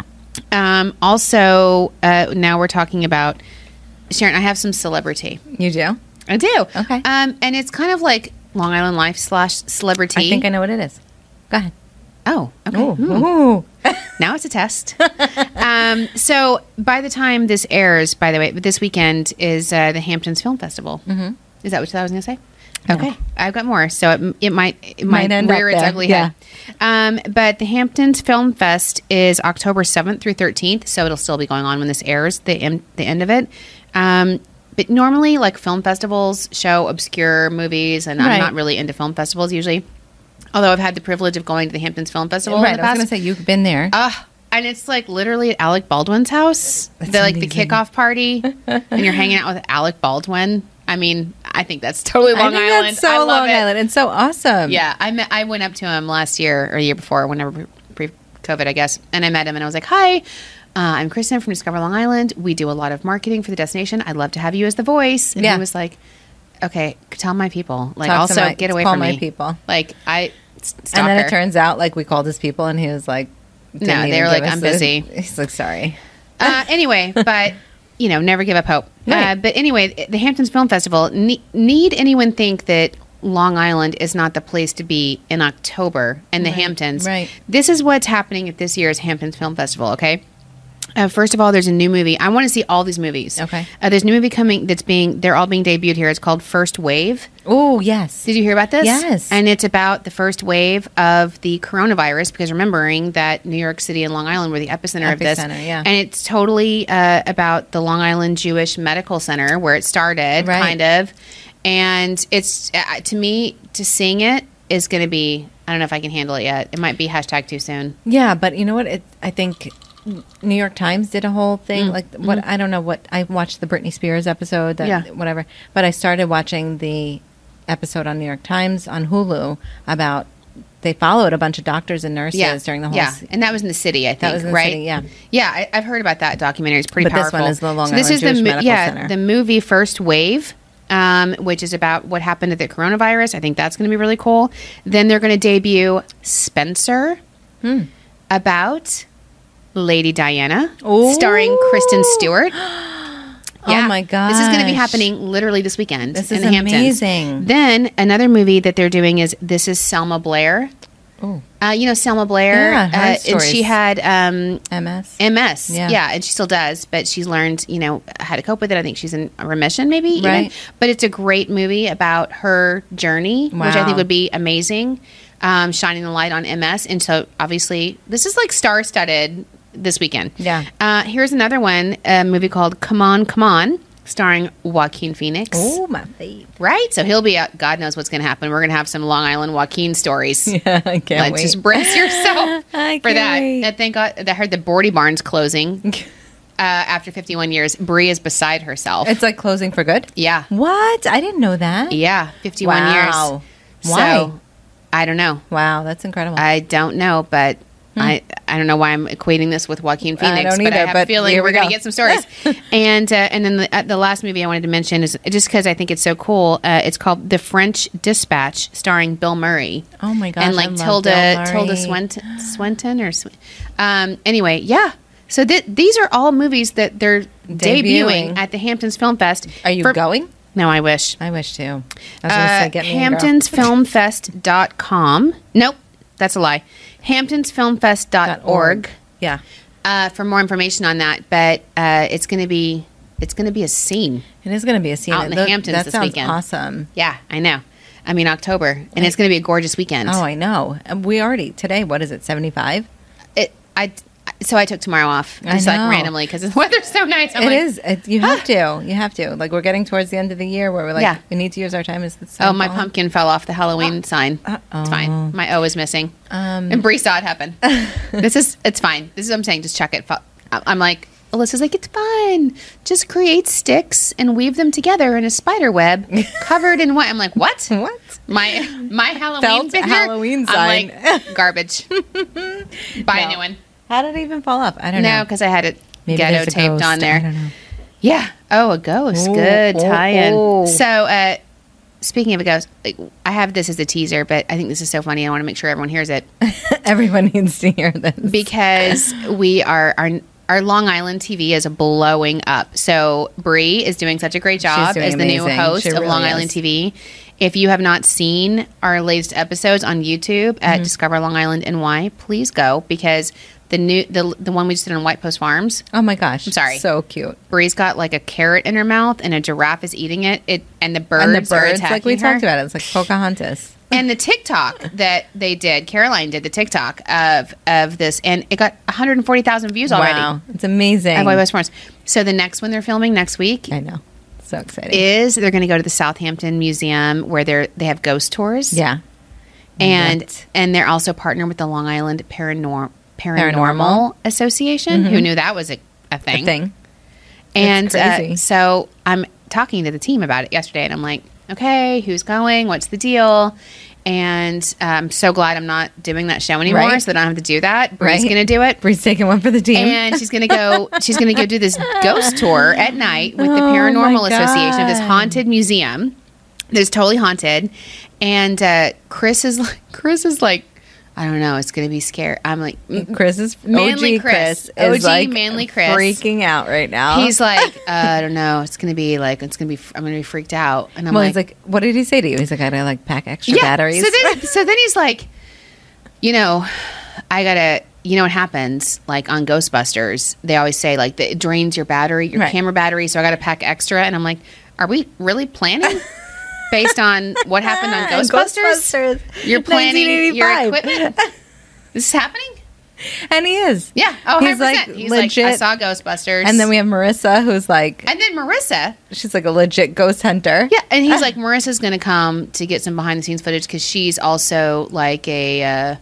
Um, also, uh, now we're talking about Sharon. I have some celebrity.
You do?
I do.
Okay.
Um, and it's kind of like Long Island Life slash celebrity.
I think I know what it is. Go ahead.
Oh, okay.
Ooh.
Hmm.
Ooh.
now it's a test. um, so by the time this airs, by the way, but this weekend is uh, the Hamptons Film Festival. Mm-hmm. Is that what I was going to say? Okay, I've got more, so it, it might it might,
Might end
rear
up
its
there,
ugly
yeah.
head. Um, but the Hamptons Film Fest is October seventh through thirteenth, so it'll still be going on when this airs. The em- the end of it. Um, but normally, like film festivals show obscure movies, and I'm
Right.
not really into film festivals usually. Although I've had the privilege of going to the Hamptons Film Festival in
right.
the
I was
past.
going to say you've been there.
Ugh. And it's like literally at Alec Baldwin's house.
That's
the like the
amazing.
kickoff party, and you're hanging out with Alec Baldwin. I mean, I think that's totally Long
I think
Island.
That's so
I love
Long
it.
Island. It's so awesome.
Yeah, I met, I went up to him last year or the year before, whenever pre COVID, I guess, and I met him and I was like, "Hi, uh, I'm Kristen from Discover Long Island. We do a lot of marketing for the destination. I'd love to have you as the voice." And
Yeah.
he was like, "Okay, tell my people. Like,
Talk to
also
my-
get away
call
from
my
me.
people.
Like, I." s-
And then
stalker.
it turns out like we called his people and he was like, didn't
No, they
even
were
give
like,
us
"I'm
the-"
busy.
He's like, sorry.
uh, anyway, but you know, never give up hope. Uh,
Right.
but anyway, the Hamptons Film Festival. Ne- need anyone think that Long Island is not the place to be in October and the Hamptons?
right.
This is what's happening at this year's Hamptons Film Festival. Okay. Uh, first of all, there's a new movie. I want to see all these movies.
Okay.
Uh, there's a new movie coming that's being, they're all being debuted here. It's called First Wave.
Oh, yes.
Did you hear about this?
Yes.
And it's about the first wave of the coronavirus because remembering that New York City and Long Island were the epicenter of this.
Epicenter, yeah.
And it's totally uh, about the Long Island Jewish Medical Center where it started,
Right.
kind of. And it's uh, to me to sing it is going to be I don't know if I can handle it yet. It might be hashtag too soon.
Yeah, but you know what? It, I think New York Times did a whole thing. Like what? I don't know what. I watched the Britney Spears episode. That,
Yeah.
Whatever. But I started watching the episode on New York Times on Hulu about they followed a bunch of doctors and nurses
Yeah,
during the whole.
yeah,
se-
and that was in the city. I think
was in the
right.
city, yeah.
yeah. I, I've heard about that documentary. It's pretty
But this
powerful.
one is the Long
so this
Island
is the
Jewish
mo-
Medical
yeah
Center.
the movie First Wave, um, which is about what happened to the coronavirus. I think that's going to be really cool. Then they're going to debut Spencer,
Hmm.
about Lady Diana, starring Kristen Stewart.
Oh my god!
This is going to be happening literally this weekend.
This
in
is
the Hamptons.
amazing.
Then another movie that they're doing is this is Selma Blair.
Oh.
Uh, you know Selma Blair,
Yeah, her
uh, and she
stories.
had um,
MS.
MS.
Yeah.
Yeah. and she still does, but she's learned, you know, how to cope with it. I think she's in remission, maybe. even.
Right.
But it's a great movie about her journey, which I
Wow.
think would be amazing. Um, shining the light on MS, and so obviously this is like star-studded this weekend.
Yeah.
Uh, here's another one, a movie called Come On, Come On, starring Joaquin Phoenix.
oh my faith.
Right. So he'll be out. God knows what's going to happen. We're going to have some Long Island Joaquin stories.
Yeah, I can't
Like,
wait.
just brace yourself
I
for
can't
that.
wait.
And thank God, I heard the Bordy Barn's closing uh, after 51 years. Brie is beside herself.
it's like closing for good.
yeah.
What? I didn't know that.
Yeah. 51
Wow.
years.
Why?
So, I don't know.
Wow, that's incredible.
I don't know, but I I don't know why I'm equating this with Joaquin Phoenix,
Hmm. I don't
but I
either,
have a
but
feeling
here
we're
we
going
go.
to get some stories. and uh, and then the, uh, the last movie I wanted to mention is just because I think it's so cool. Uh, it's called The French Dispatch, starring Bill Murray.
Oh my gosh,
And
I
like
love
Tilda
Bill
Tilda
Murray.
Swinton Swinton or Sw- um, anyway, yeah. So th- these are all movies that they're debuting,
Debuting.
at the Hamptons Film Fest.
Are you
For-
going?
No, I wish.
I wish too. I was gonna
Uh,
say, get me in, girl.
HamptonsFilmFest.com. Nope, that's a lie.
Dot org.
HamptonsFilmFest.org
Yeah.
uh, for more information on that. But uh, it's going to be it's going to be a scene.
It is going to be a scene.
Out in the
Tho-
Hamptons
that
this
sounds
weekend.
awesome.
Yeah, I know. I mean October, and it's going to be a gorgeous weekend.
Oh, I know. And we already today. What is it? Seventy-five.
it, I so I took tomorrow off
I
just
know.
like randomly because the weather's so nice. I'm
It
like,
is. It, you have to. You have to. Like we're getting towards the end of the year where we're like,
Yeah.
we need to use our time as the sun
Oh, my
falls.
pumpkin fell off the Halloween sign. It's fine. My O is missing.
Um, Mm.
and Bree saw it happen. this is it's fine. This is what I'm saying. Just check it. Fo- I- I'm like Alyssa's like it's fine. Just create sticks and weave them together in a spider web covered in what? I'm like what?
What?
My my Halloween
Felt
figure?
Halloween
I'm
sign.
like garbage. Buy a new one.
How did it even fall off? I don't
No,
know.
because I had it
Maybe
ghetto
there's a
taped
ghost.
on
I don't know.
there. Yeah. Oh, a ghost.
Ooh,
Good
ooh,
tie-in.
ooh.
So, uh, speaking of a ghost, like, I have this as a teaser, but I think this is so funny. I want to make sure everyone hears it
Everyone needs to hear this.
because we are our our Long Island TV is blowing up. So Bree is doing such a great job
doing
as the new
amazing.
host
She
of
really
Long Island
is.
TV. If you have not seen our latest episodes on YouTube at
Mm-hmm.
Discover Long Island NY, please go because the new the the one we just did on White Post Farms
oh my gosh.
I'm sorry.
So cute.
Bree's got like a carrot in her mouth, and a giraffe is eating it. It and the birds,
and the
are
birds,
attacking
like we
her.
talked about, it. it's like Pocahontas.
And the TikTok that they did, Caroline did the TikTok of of this, and it got 140,000 views already.
Wow, it's amazing.
At White West Farms. So the next one they're filming next week
I know. So exciting.
is they're going to go to the Southampton Museum where they're they have ghost tours.
yeah.
and
Right.
and they're also partnered with the Long Island Paranorm Paranormal,
Paranormal. Mm-hmm.
Association. Who knew that was a, a thing?
A thing.
And
crazy.
uh, so I'm talking to the team about it yesterday, and I'm like, okay, who's going? What's the deal? And uh, I'm so glad I'm not doing that show anymore,
Right.
so that I don't have to do that. Bree's
Right.
gonna do it.
Bree's taking one for the team.
And she's gonna go. She's gonna go do this ghost tour at night with the
Oh, my
Paranormal Association of this
God.
haunted museum that is totally haunted. And uh, Chris is like, Chris is like, I don't know. It's gonna be scary. I'm like, "Mm,
Chris is
Manly
OG
Chris.
Chris.
OG
is like
manly Chris.
freaking out right now.
He's like, uh, I don't know. It's gonna be like, it's gonna be. I'm gonna be freaked out. And I'm
well,
like,
he's like, what did he say to you? He's like, I gotta like pack extra batteries.
So then, so then he's like, you know, I gotta. You know what happens? Like on Ghostbusters, they always say like that it drains your battery, your
Right.
camera battery. So I got to pack extra. And I'm like, are we really planning based on what happened
Ah,
on Ghostbusters? You're planning your
1985.
equipment. This is happening.
And he is.
Yeah. Oh,
He's,
100%.
like,
He's like, I
legit-
saw Ghostbusters.
And then we have Marissa, who's like,
and then Marissa.
she's like a legit ghost hunter.
Yeah. And he's like, Marissa's going to come to get some behind the scenes footage because she's also like a. Uh, w-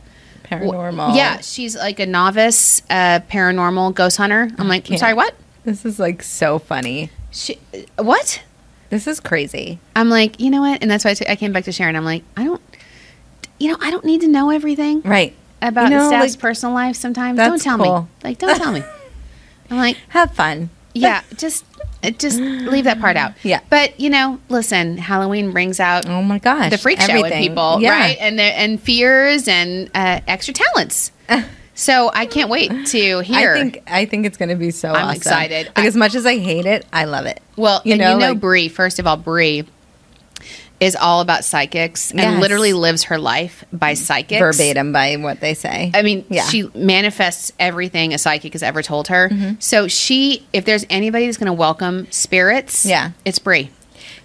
Paranormal.
Yeah. She's like a novice uh, paranormal ghost hunter. I'm like, I'm
can't.
sorry, what?
This is like so funny.
She, uh, what?
This is crazy.
I'm like, you know what? And that's why I took- I came back to Sharon. I'm like, I don't, you know, I don't need to know everything
Right.
about
You know,
the staff's
like,
personal life sometimes.
that's
Don't tell me.
cool.
Like, don't tell me. I'm like,
Have fun.
yeah, just uh, just leave that part out.
Yeah.
But, you know, listen, Halloween brings out
Oh my gosh.
the freak show in
everything.
people,
Yeah.
right? And the, and fears and uh, extra talents. so I can't wait to hear.
I think I think it's going to be so
I'm
awesome.
excited.
Like
I-
as much as I hate it, I love it.
Well,
You
and
know,
you know,
like-
Brie. First of all, Brie is all about psychics and
Yes.
literally lives her life by psychics
Verbatim by what they say.
I mean,
Yeah.
she manifests everything a psychic has ever told her.
Mm-hmm.
So she, if there's anybody that's going to welcome spirits,
Yeah.
it's Brie.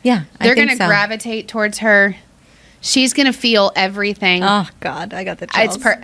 yeah, I
They're
think
going to
so.
gravitate towards her. She's going to feel everything.
Oh God, I got the chills.
it's per-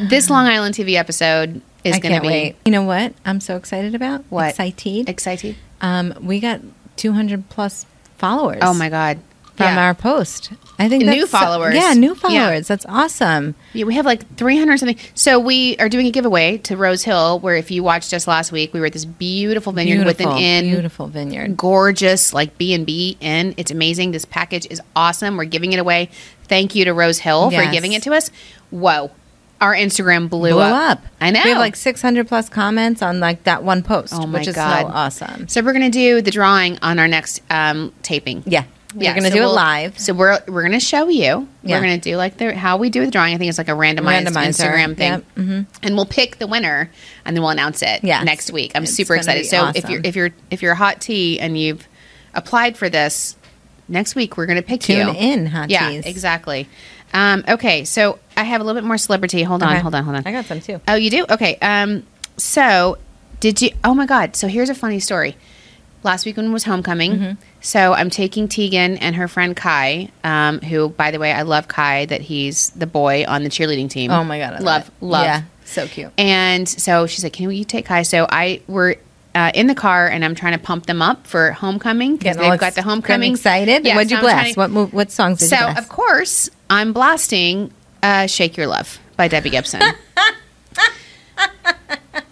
this Long Island TV episode is
I
going to
can't
be
wait. You know what? I'm so excited about
What?
Excited.
exciting.
um, we got 200 plus followers.
Oh my god!
From
Yeah.
our post, I think
New
that's-
followers.
Yeah, new
Yeah.
followers. That's awesome.
Yeah, we have like 300 something. So we are doing a giveaway to Rose Hill, where if you watched us last week, we were at this beautiful vineyard
Beautiful,
with an inn,
beautiful vineyard.
gorgeous like b&b inn it's amazing this package is awesome we're giving it away thank you to rose hill for
Yes.
giving it to us whoa our instagram blew,
Blew up.
i know
We have like 600 plus comments on like that one post,
Oh my
which is
God.
so awesome.
so we're gonna do the drawing on our next um taping
Yeah, we're
Yeah,
gonna
so
do
we'll-
it live.
so we're we're gonna show you
Yeah.
we're gonna do like the how we do the drawing i think it's like a randomized
Randomizer.
instagram thing
Yep. Mhm.
and we'll pick the winner and then we'll announce it
Yes.
next week i'm
It's
super
gonna
excited
be
so if
awesome.
you're if you're if you're a hot tea and you've applied for this next week we're gonna pick
Tune
you
in, hot
yeah,
teas.
exactly. Um, okay, so I have a little bit more celebrity. Hold on,
Okay.
hold on, hold on.
I got some too.
Oh, you do? Okay. Um, so did you? Oh my God! So here's a funny story. Last weekend was homecoming,
Mm-hmm.
so I'm taking Tegan and her friend Kai, um, who, by the way, I love Kai that he's the boy on the cheerleading team.
Oh my god, I
love,
it.
love.
Yeah, so cute.
And so she's like, "Can you take Kai?" So I were uh, in the car, and I'm trying to pump them up for homecoming because
Getting all
they've got the
ex- getting
homecoming.
Excited?
Yeah,
What'd
so
you
I'm
blast?
trying to-
what move, what songs did
so,
you blast?
of course, I'm blasting uh, Shake Your Love by Debbie Gibson.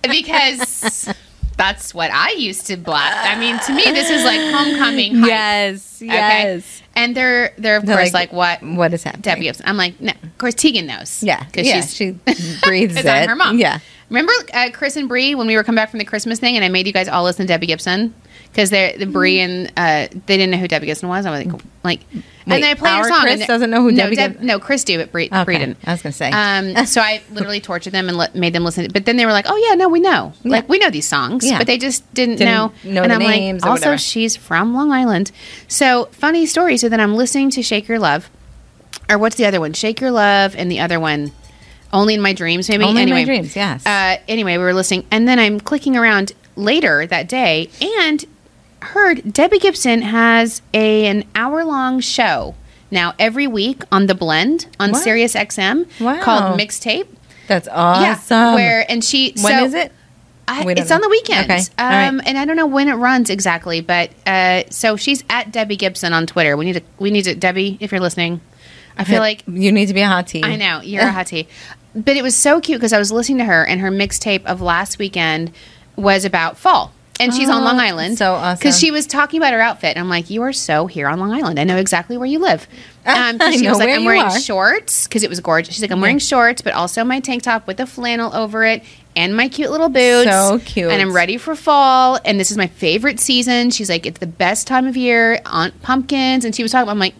because that's what I used to blast. I mean, to me, this is like homecoming. hype,
yes,
okay?
yes.
And they're, they're of
They're
course, like, what?
What is happening?
Debbie Gibson. I'm like, no. Of course, Tegan knows.
Yeah,
Because
yeah,
she's.
she breathes
Because
it.
I'm her mom.
Yeah,
Remember uh, Chris and Bree when we were coming back from the Christmas thing, and I made you guys all listen to Debbie Gibson because they're
Mm-hmm.
the Bree and uh, they didn't know who Debbie Gibson was. I was like, like,
Wait,
and then I played her
our
song.
Chris
and they're-
doesn't know who
no,
Debbie
Deb-
Gibson-
No, Chris do, but Bree,
Okay,
Bree didn't.
I was gonna say.
Um, so I literally tortured them and let, made them listen. But then they were like, "Oh yeah, no, we know. Like
Yeah.
we know these songs,
Yeah.
but they just didn't,
Didn't
know."
know
and
the
I'm
names
like,
or
"Also,
whatever.
she's from Long Island." So funny story. So then I'm listening to "Shake Your Love," or what's the other one? "Shake Your Love" and the other one, "Only in My Dreams." Maybe
Only in My
anyway,
Dreams, yes.
Uh, anyway, we were listening, and then I'm clicking around later that day and heard Debbie Gibson has a an hour long show now every week on the Blend on
Wow.
Sirius XM
Wow.
called Mixtape.
that's awesome.
where and she
When
so
is it?
I,
We don't
it's on
know.
the weekend.
Okay. All
Um,
right.
and I don't know when it runs exactly, but uh, so she's at Debbie Gibson on Twitter. We need to we need to Debbie if you're listening. I
Uh-huh.
feel like
you need to be a hot tea.
I know you're a hot tea, but it was so cute because I was listening to her and her mixtape of last weekend was about fall. And she's on
Oh,
Long Island.
so awesome.
Because she was talking about her outfit. I'm like, you are so here on Long Island. I know exactly where you live. Um, 'cause
I
she
know
was like,
where
I'm
you
wearing
are."
shorts because it was gorgeous. She's like, I'm wearing shorts, but also my tank top with a flannel over it and my cute little boots.
So cute.
And I'm ready for fall. And this is my favorite season. She's like, it's the best time of year. Aunt pumpkins. And she was talking, I'm like,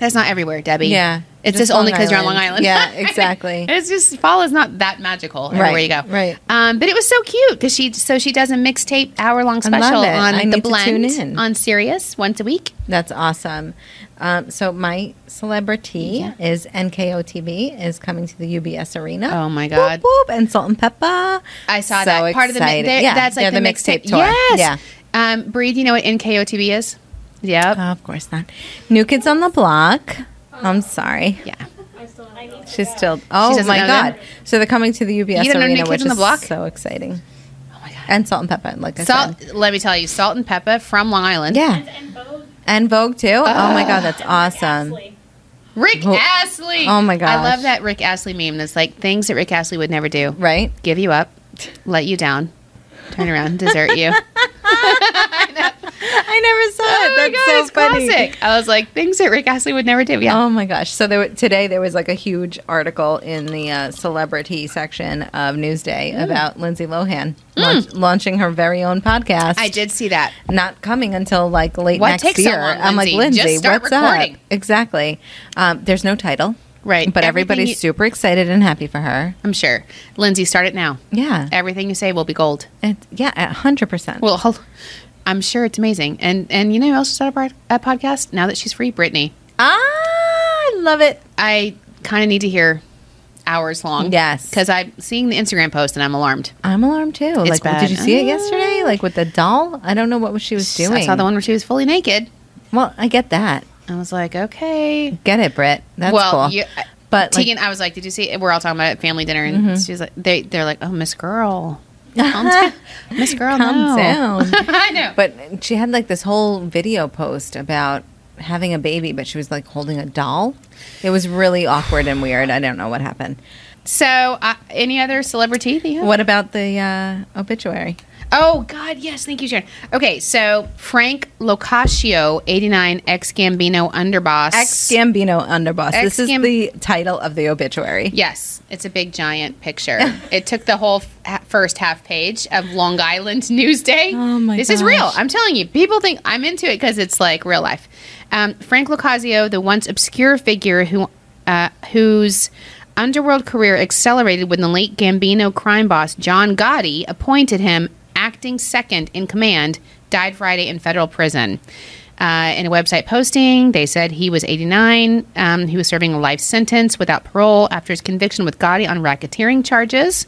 that's not everywhere, Debbie.
Yeah.
It's just,
Just
only
Long
because you're on Long Island.
Island. Yeah, exactly.
it's just fall is not that magical everywhere
Right,
you go.
right.
Um, but it was so cute because she so she does a mixtape hour long
love
special
it.
on
I
the
need to tune
blend
in.
on Sirius once a week.
That's awesome. Um, so my celebrity
Yeah.
is NKOTB is coming to the UBS Arena.
Oh my God.
Boop, boop, and Salt and Peppa.
I saw
So
that part of
excited.
the mi- yeah,
yeah,
that's like
they're
the, mixtape tour. Yes.
Yeah.
Um, Bree, do you know what NKOTB is? Uh, Yep.
Uh, Oh, of course not. New Kids on the Block. I'm sorry.
yeah.
I still have I mean, for
She's
them.
still. Oh
doesn't
my
know
god!
them?
So they're coming to the UBS
You don't know any
arena,
kids
which
on the
is
block?
so exciting.
Oh my god.
And Salt and Pepper, like I said.
Salt. Let me tell you, Salt and Peppa from Long Island.
Yeah,
And, and Vogue.
and Vogue too. Oh, my god, that's awesome.
Ashley.
Rick
Oh.
Astley.
Oh my
I
gosh.
love that Rick Astley meme. That's like things that Rick Astley would never do.
Right?
Give you up, let you down, turn around, desert you.
I never saw
oh my
it. That's
god,
so
it's
funny.
classic. I was like, things that Rick Astley would never do. Yeah.
Oh my gosh! So there, wa- today there was like a huge article in the uh, celebrity section of Newsday
Mm.
about Lindsay Lohan launch, launching her very own podcast.
I did see that.
not coming until like late
Why
next
take so
year.
long,
I'm like
Lindsay?
Lindsay,
Just start
what's
recording."
up? Exactly. Um, there's no title,
Right.
but
Everything
everybody's
you-
super excited and happy for her.
I'm sure. Lindsay, start it now.
Yeah,
Everything you say will be gold.
it, yeah, hundred percent.
E- Well, hol- I'm sure it's amazing. And and you know who else started a, pod- a podcast now that she's free? Brittany.
Ah, I love it.
I kind of need to hear hours long.
Yes.
Because I'm seeing the Instagram post and I'm alarmed.
I'm alarmed too. like,
bad.
did you see it
Ah.
yesterday? Like with the doll? I don't know what she was doing.
I saw the one where she was fully naked.
Well, I get that.
I was like, okay.
Get it, Britt. That's
well,
cool.
you,
but like, Mm-hmm.
Tegan, I was like, did you see? We're all talking about it at family dinner, and she was like, they, they're like, oh, Miss Girl. Calm down. Miss Girl,
Calm
no.
down.
I know.
but she had like this whole video post about having a baby, but she was like holding a doll. It was really awkward and weird. I don't know what happened.
So, uh, any other celebrity that you have?
What about the uh, obituary?
Oh God, yes, thank you, Sharon. Okay, so Frank Locascio, eighty nine, ex Gambino underboss.
Ex Gambino underboss. this is
Ex-Gam-
the title of the obituary.
Yes, it's a big giant picture. it took the whole f- ha- first half page of Long Island Newsday.
Oh, my
This is real.
gosh.
I'm telling you, people think I'm into it because it's like real life. Um, Frank Locascio, the once obscure figure who, uh, whose underworld career accelerated when the late Gambino crime boss John Gotti appointed him acting second in command, died Friday in federal prison. Uh, in a website posting, they said he was 89. Um, he was serving a life sentence without parole after his conviction with Gotti on racketeering charges.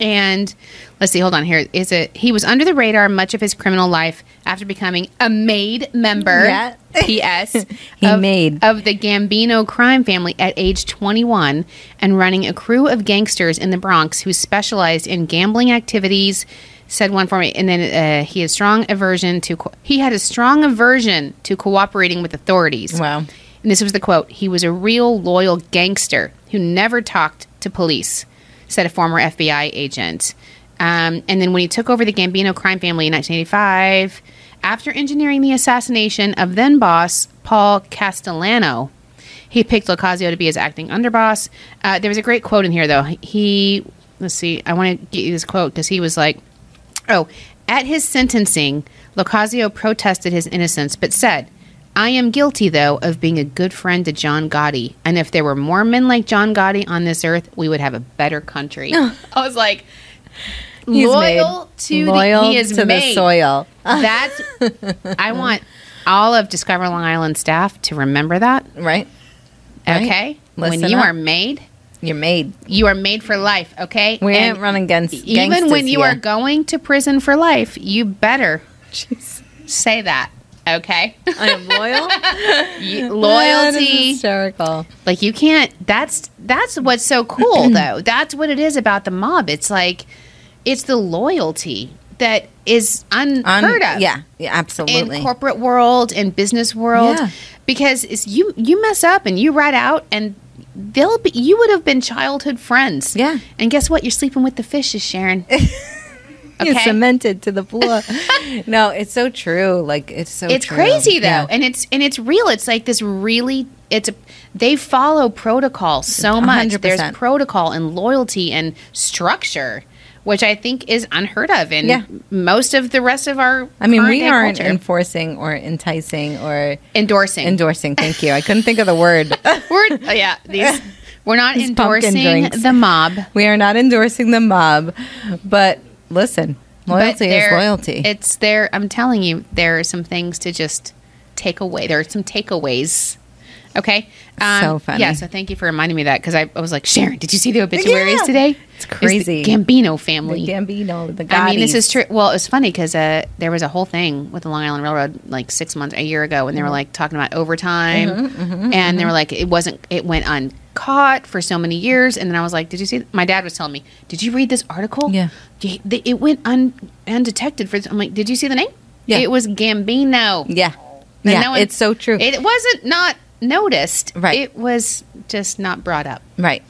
And let's see, hold on here. Is it he was under the radar much of his criminal life after becoming a maid member?
Yeah.
P.S.
He
of,
made.
of the Gambino crime family at age 21 and running a crew of gangsters in the Bronx who specialized in gambling activities. Said one for me, and then uh, he had strong aversion to. Co- he had a strong aversion to cooperating with authorities.
Wow.
And this was the quote He was a real loyal gangster who never talked to police, said a former FBI agent. Um, and then when he took over the Gambino crime family in 1985, after engineering the assassination of then boss Paul Castellano, he picked Locasio to be his acting underboss. Uh, there was a great quote in here, though. He, let's see, I want to get you this quote because he was like, Oh, at his sentencing, Locasio protested his innocence, but said, I am guilty, though, of being a good friend to John Gotti. And if there were more men like John Gotti on this earth, we would have a better country. I was like,
He's
loyal
made.
to
Loyal
the, he is
to the
made.
soil.
That's, I want all of Discover Long Island staff to remember that.
Right? Right.
Okay? when
Listen
you
up.
are made,
You're made.
you are made for life, okay?
We
And e-,
ain't running against
even when you are
here.
going to prison for life, you better say that. Okay,
I am loyal. That
You-
is
loyalty.
hysterical.
Like you can't. That's that's what's so cool though. That's what it is about the mob. It's like it's the loyalty that is
Un-
unheard of.
Um, Yeah, yeah, absolutely.
in corporate world and business world
Yeah.
because it's you you mess up and you rat out and they'll be you would have been childhood friends.
Yeah.
and guess what? You're sleeping with the fishes, Sharon.
You're
Okay.
cemented to the floor. no, it's so true. Like it's so
it's
true.
crazy though
Yeah.
and it's and it's real it's like this really it's a, they follow protocol so much
100%.
there's protocol and loyalty and structure which i think is unheard of in
Yeah.
most of the rest of our
I mean,
current
we
day
aren't
culture.
enforcing or enticing or
endorsing
endorsing. Thank you. I couldn't think of the word.
we're oh, yeah these we're not
These pumpkin
endorsing
drinks.
the mob
we are not endorsing the mob, but listen,
but
loyalty is
there-
loyalty.
it's there i'm telling you there are some things to just take away there are some takeaways Okay.
So funny.
Yeah. So thank you for reminding me of that because I, I was like, Sharon, did you see the obituaries today? It's
crazy.
the Gambino
The
family.
Gambino, the
I mean, this
Gottis.
is true. Well, it was funny because uh, there was a whole thing with the Long Island Railroad like six months, a year ago, when
Mm-hmm.
they were like talking about overtime, and they were like, it wasn't, it went uncaught for so many years, and then I was like, did you see? My dad was telling me, did you read this article?
Yeah.
Gee, they- it went un, undetected for. I'm like, did you see the name?
Yeah.
it was Gambino.
Yeah.
And
yeah,
no one-
it's so true.
It wasn't not noticed.
Right.
It was just not brought up.
Right.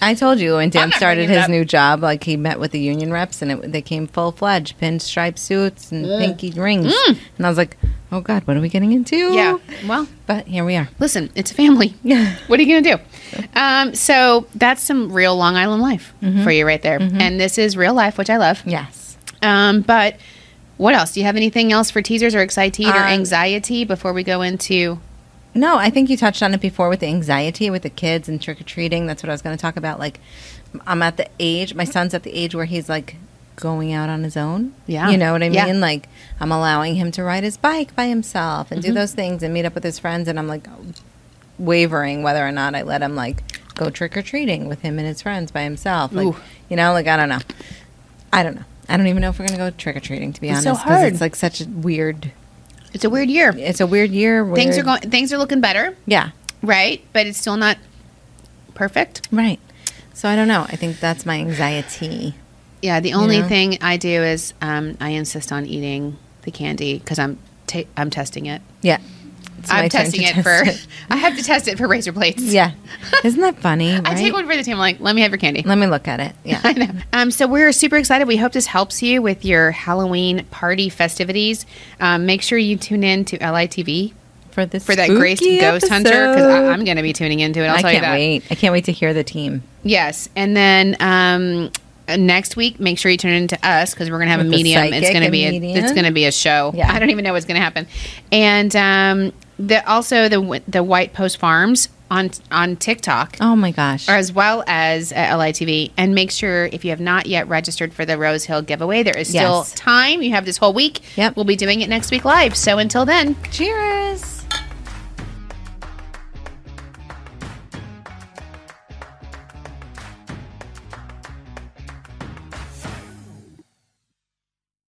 I told you when
I'm
Dan
not
started
bringing it
his
up.
new job, like he met with the union reps and it, they came full fledged, pinstripe suits and pinky rings.
Mm.
And I was like, oh God, what are we getting into?
Well,
But here we are.
listen, it's a family.
Yeah.
What are you going to do? Um, so that's some real Long Island life
Mm-hmm.
for you right there. And this is real life, which I love.
Yes.
Um, but what else? Do you have anything else for teasers or exciteed or
Um,
anxiety before we go into?
No, I think you touched on it before with the anxiety with the kids and trick or treating. That's what I was going to talk about. Like, I'm at the age, my son's at the age where he's like going out on his own.
Yeah.
You know what I mean?
Yeah.
Like, I'm allowing him to ride his bike by himself and do
Mm-hmm.
those things and meet up with his friends. And I'm like wavering whether or not I let him like go trick or treating with him and his friends by himself. Like,
Ooh.
you know, like, I don't know. I don't know. I don't even know if we're going to go trick or treating, to be
It's so
honest. 'cause
hard.
it's like such a weird,
It's a weird year.
it's a weird year.
Things are
weird-
going. Things are looking better,
Yeah.
right? But it's still not perfect.
Right. So I don't know. I think that's my anxiety.
Yeah, the only
know?
thing I do is um, I insist on eating the candy because I'm ta- I'm testing it.
Yeah. It's my
I'm
turn
testing
to
it
test
for.
it.
I have to test it for razor blades.
Yeah. Isn't that funny? Right? Mm.
I take one for the team. I'm like, let me have your candy.
Let me look at it. Yeah.
I know. Um, so we're super excited. We hope this helps you with your Halloween party festivities. Um, make sure you tune in to LITV
For this
for that
spooky
Grace Ghost Hunter because
episode.
I'm going to be tuning into it. I'll
I
tell
can't
you that.
wait. I can't wait to hear the team.
Yes, and then um, uh, next week, make sure you tune in to us because we're going to have
With
a
the
medium. It's
psychic
going to
and
be a,
medium.
it's going to be a show.
Yeah.
I don't even know what's going to happen. And um, the, also the w- the White Post Farms on on TikTok.
Oh my gosh.
As well as uh, LITV, and make sure if you have not yet registered for the Rose Hill giveaway, there is still
Yes.
time. You have this whole week.
Yep.
We'll be doing it next week live. So until then,
Cheers.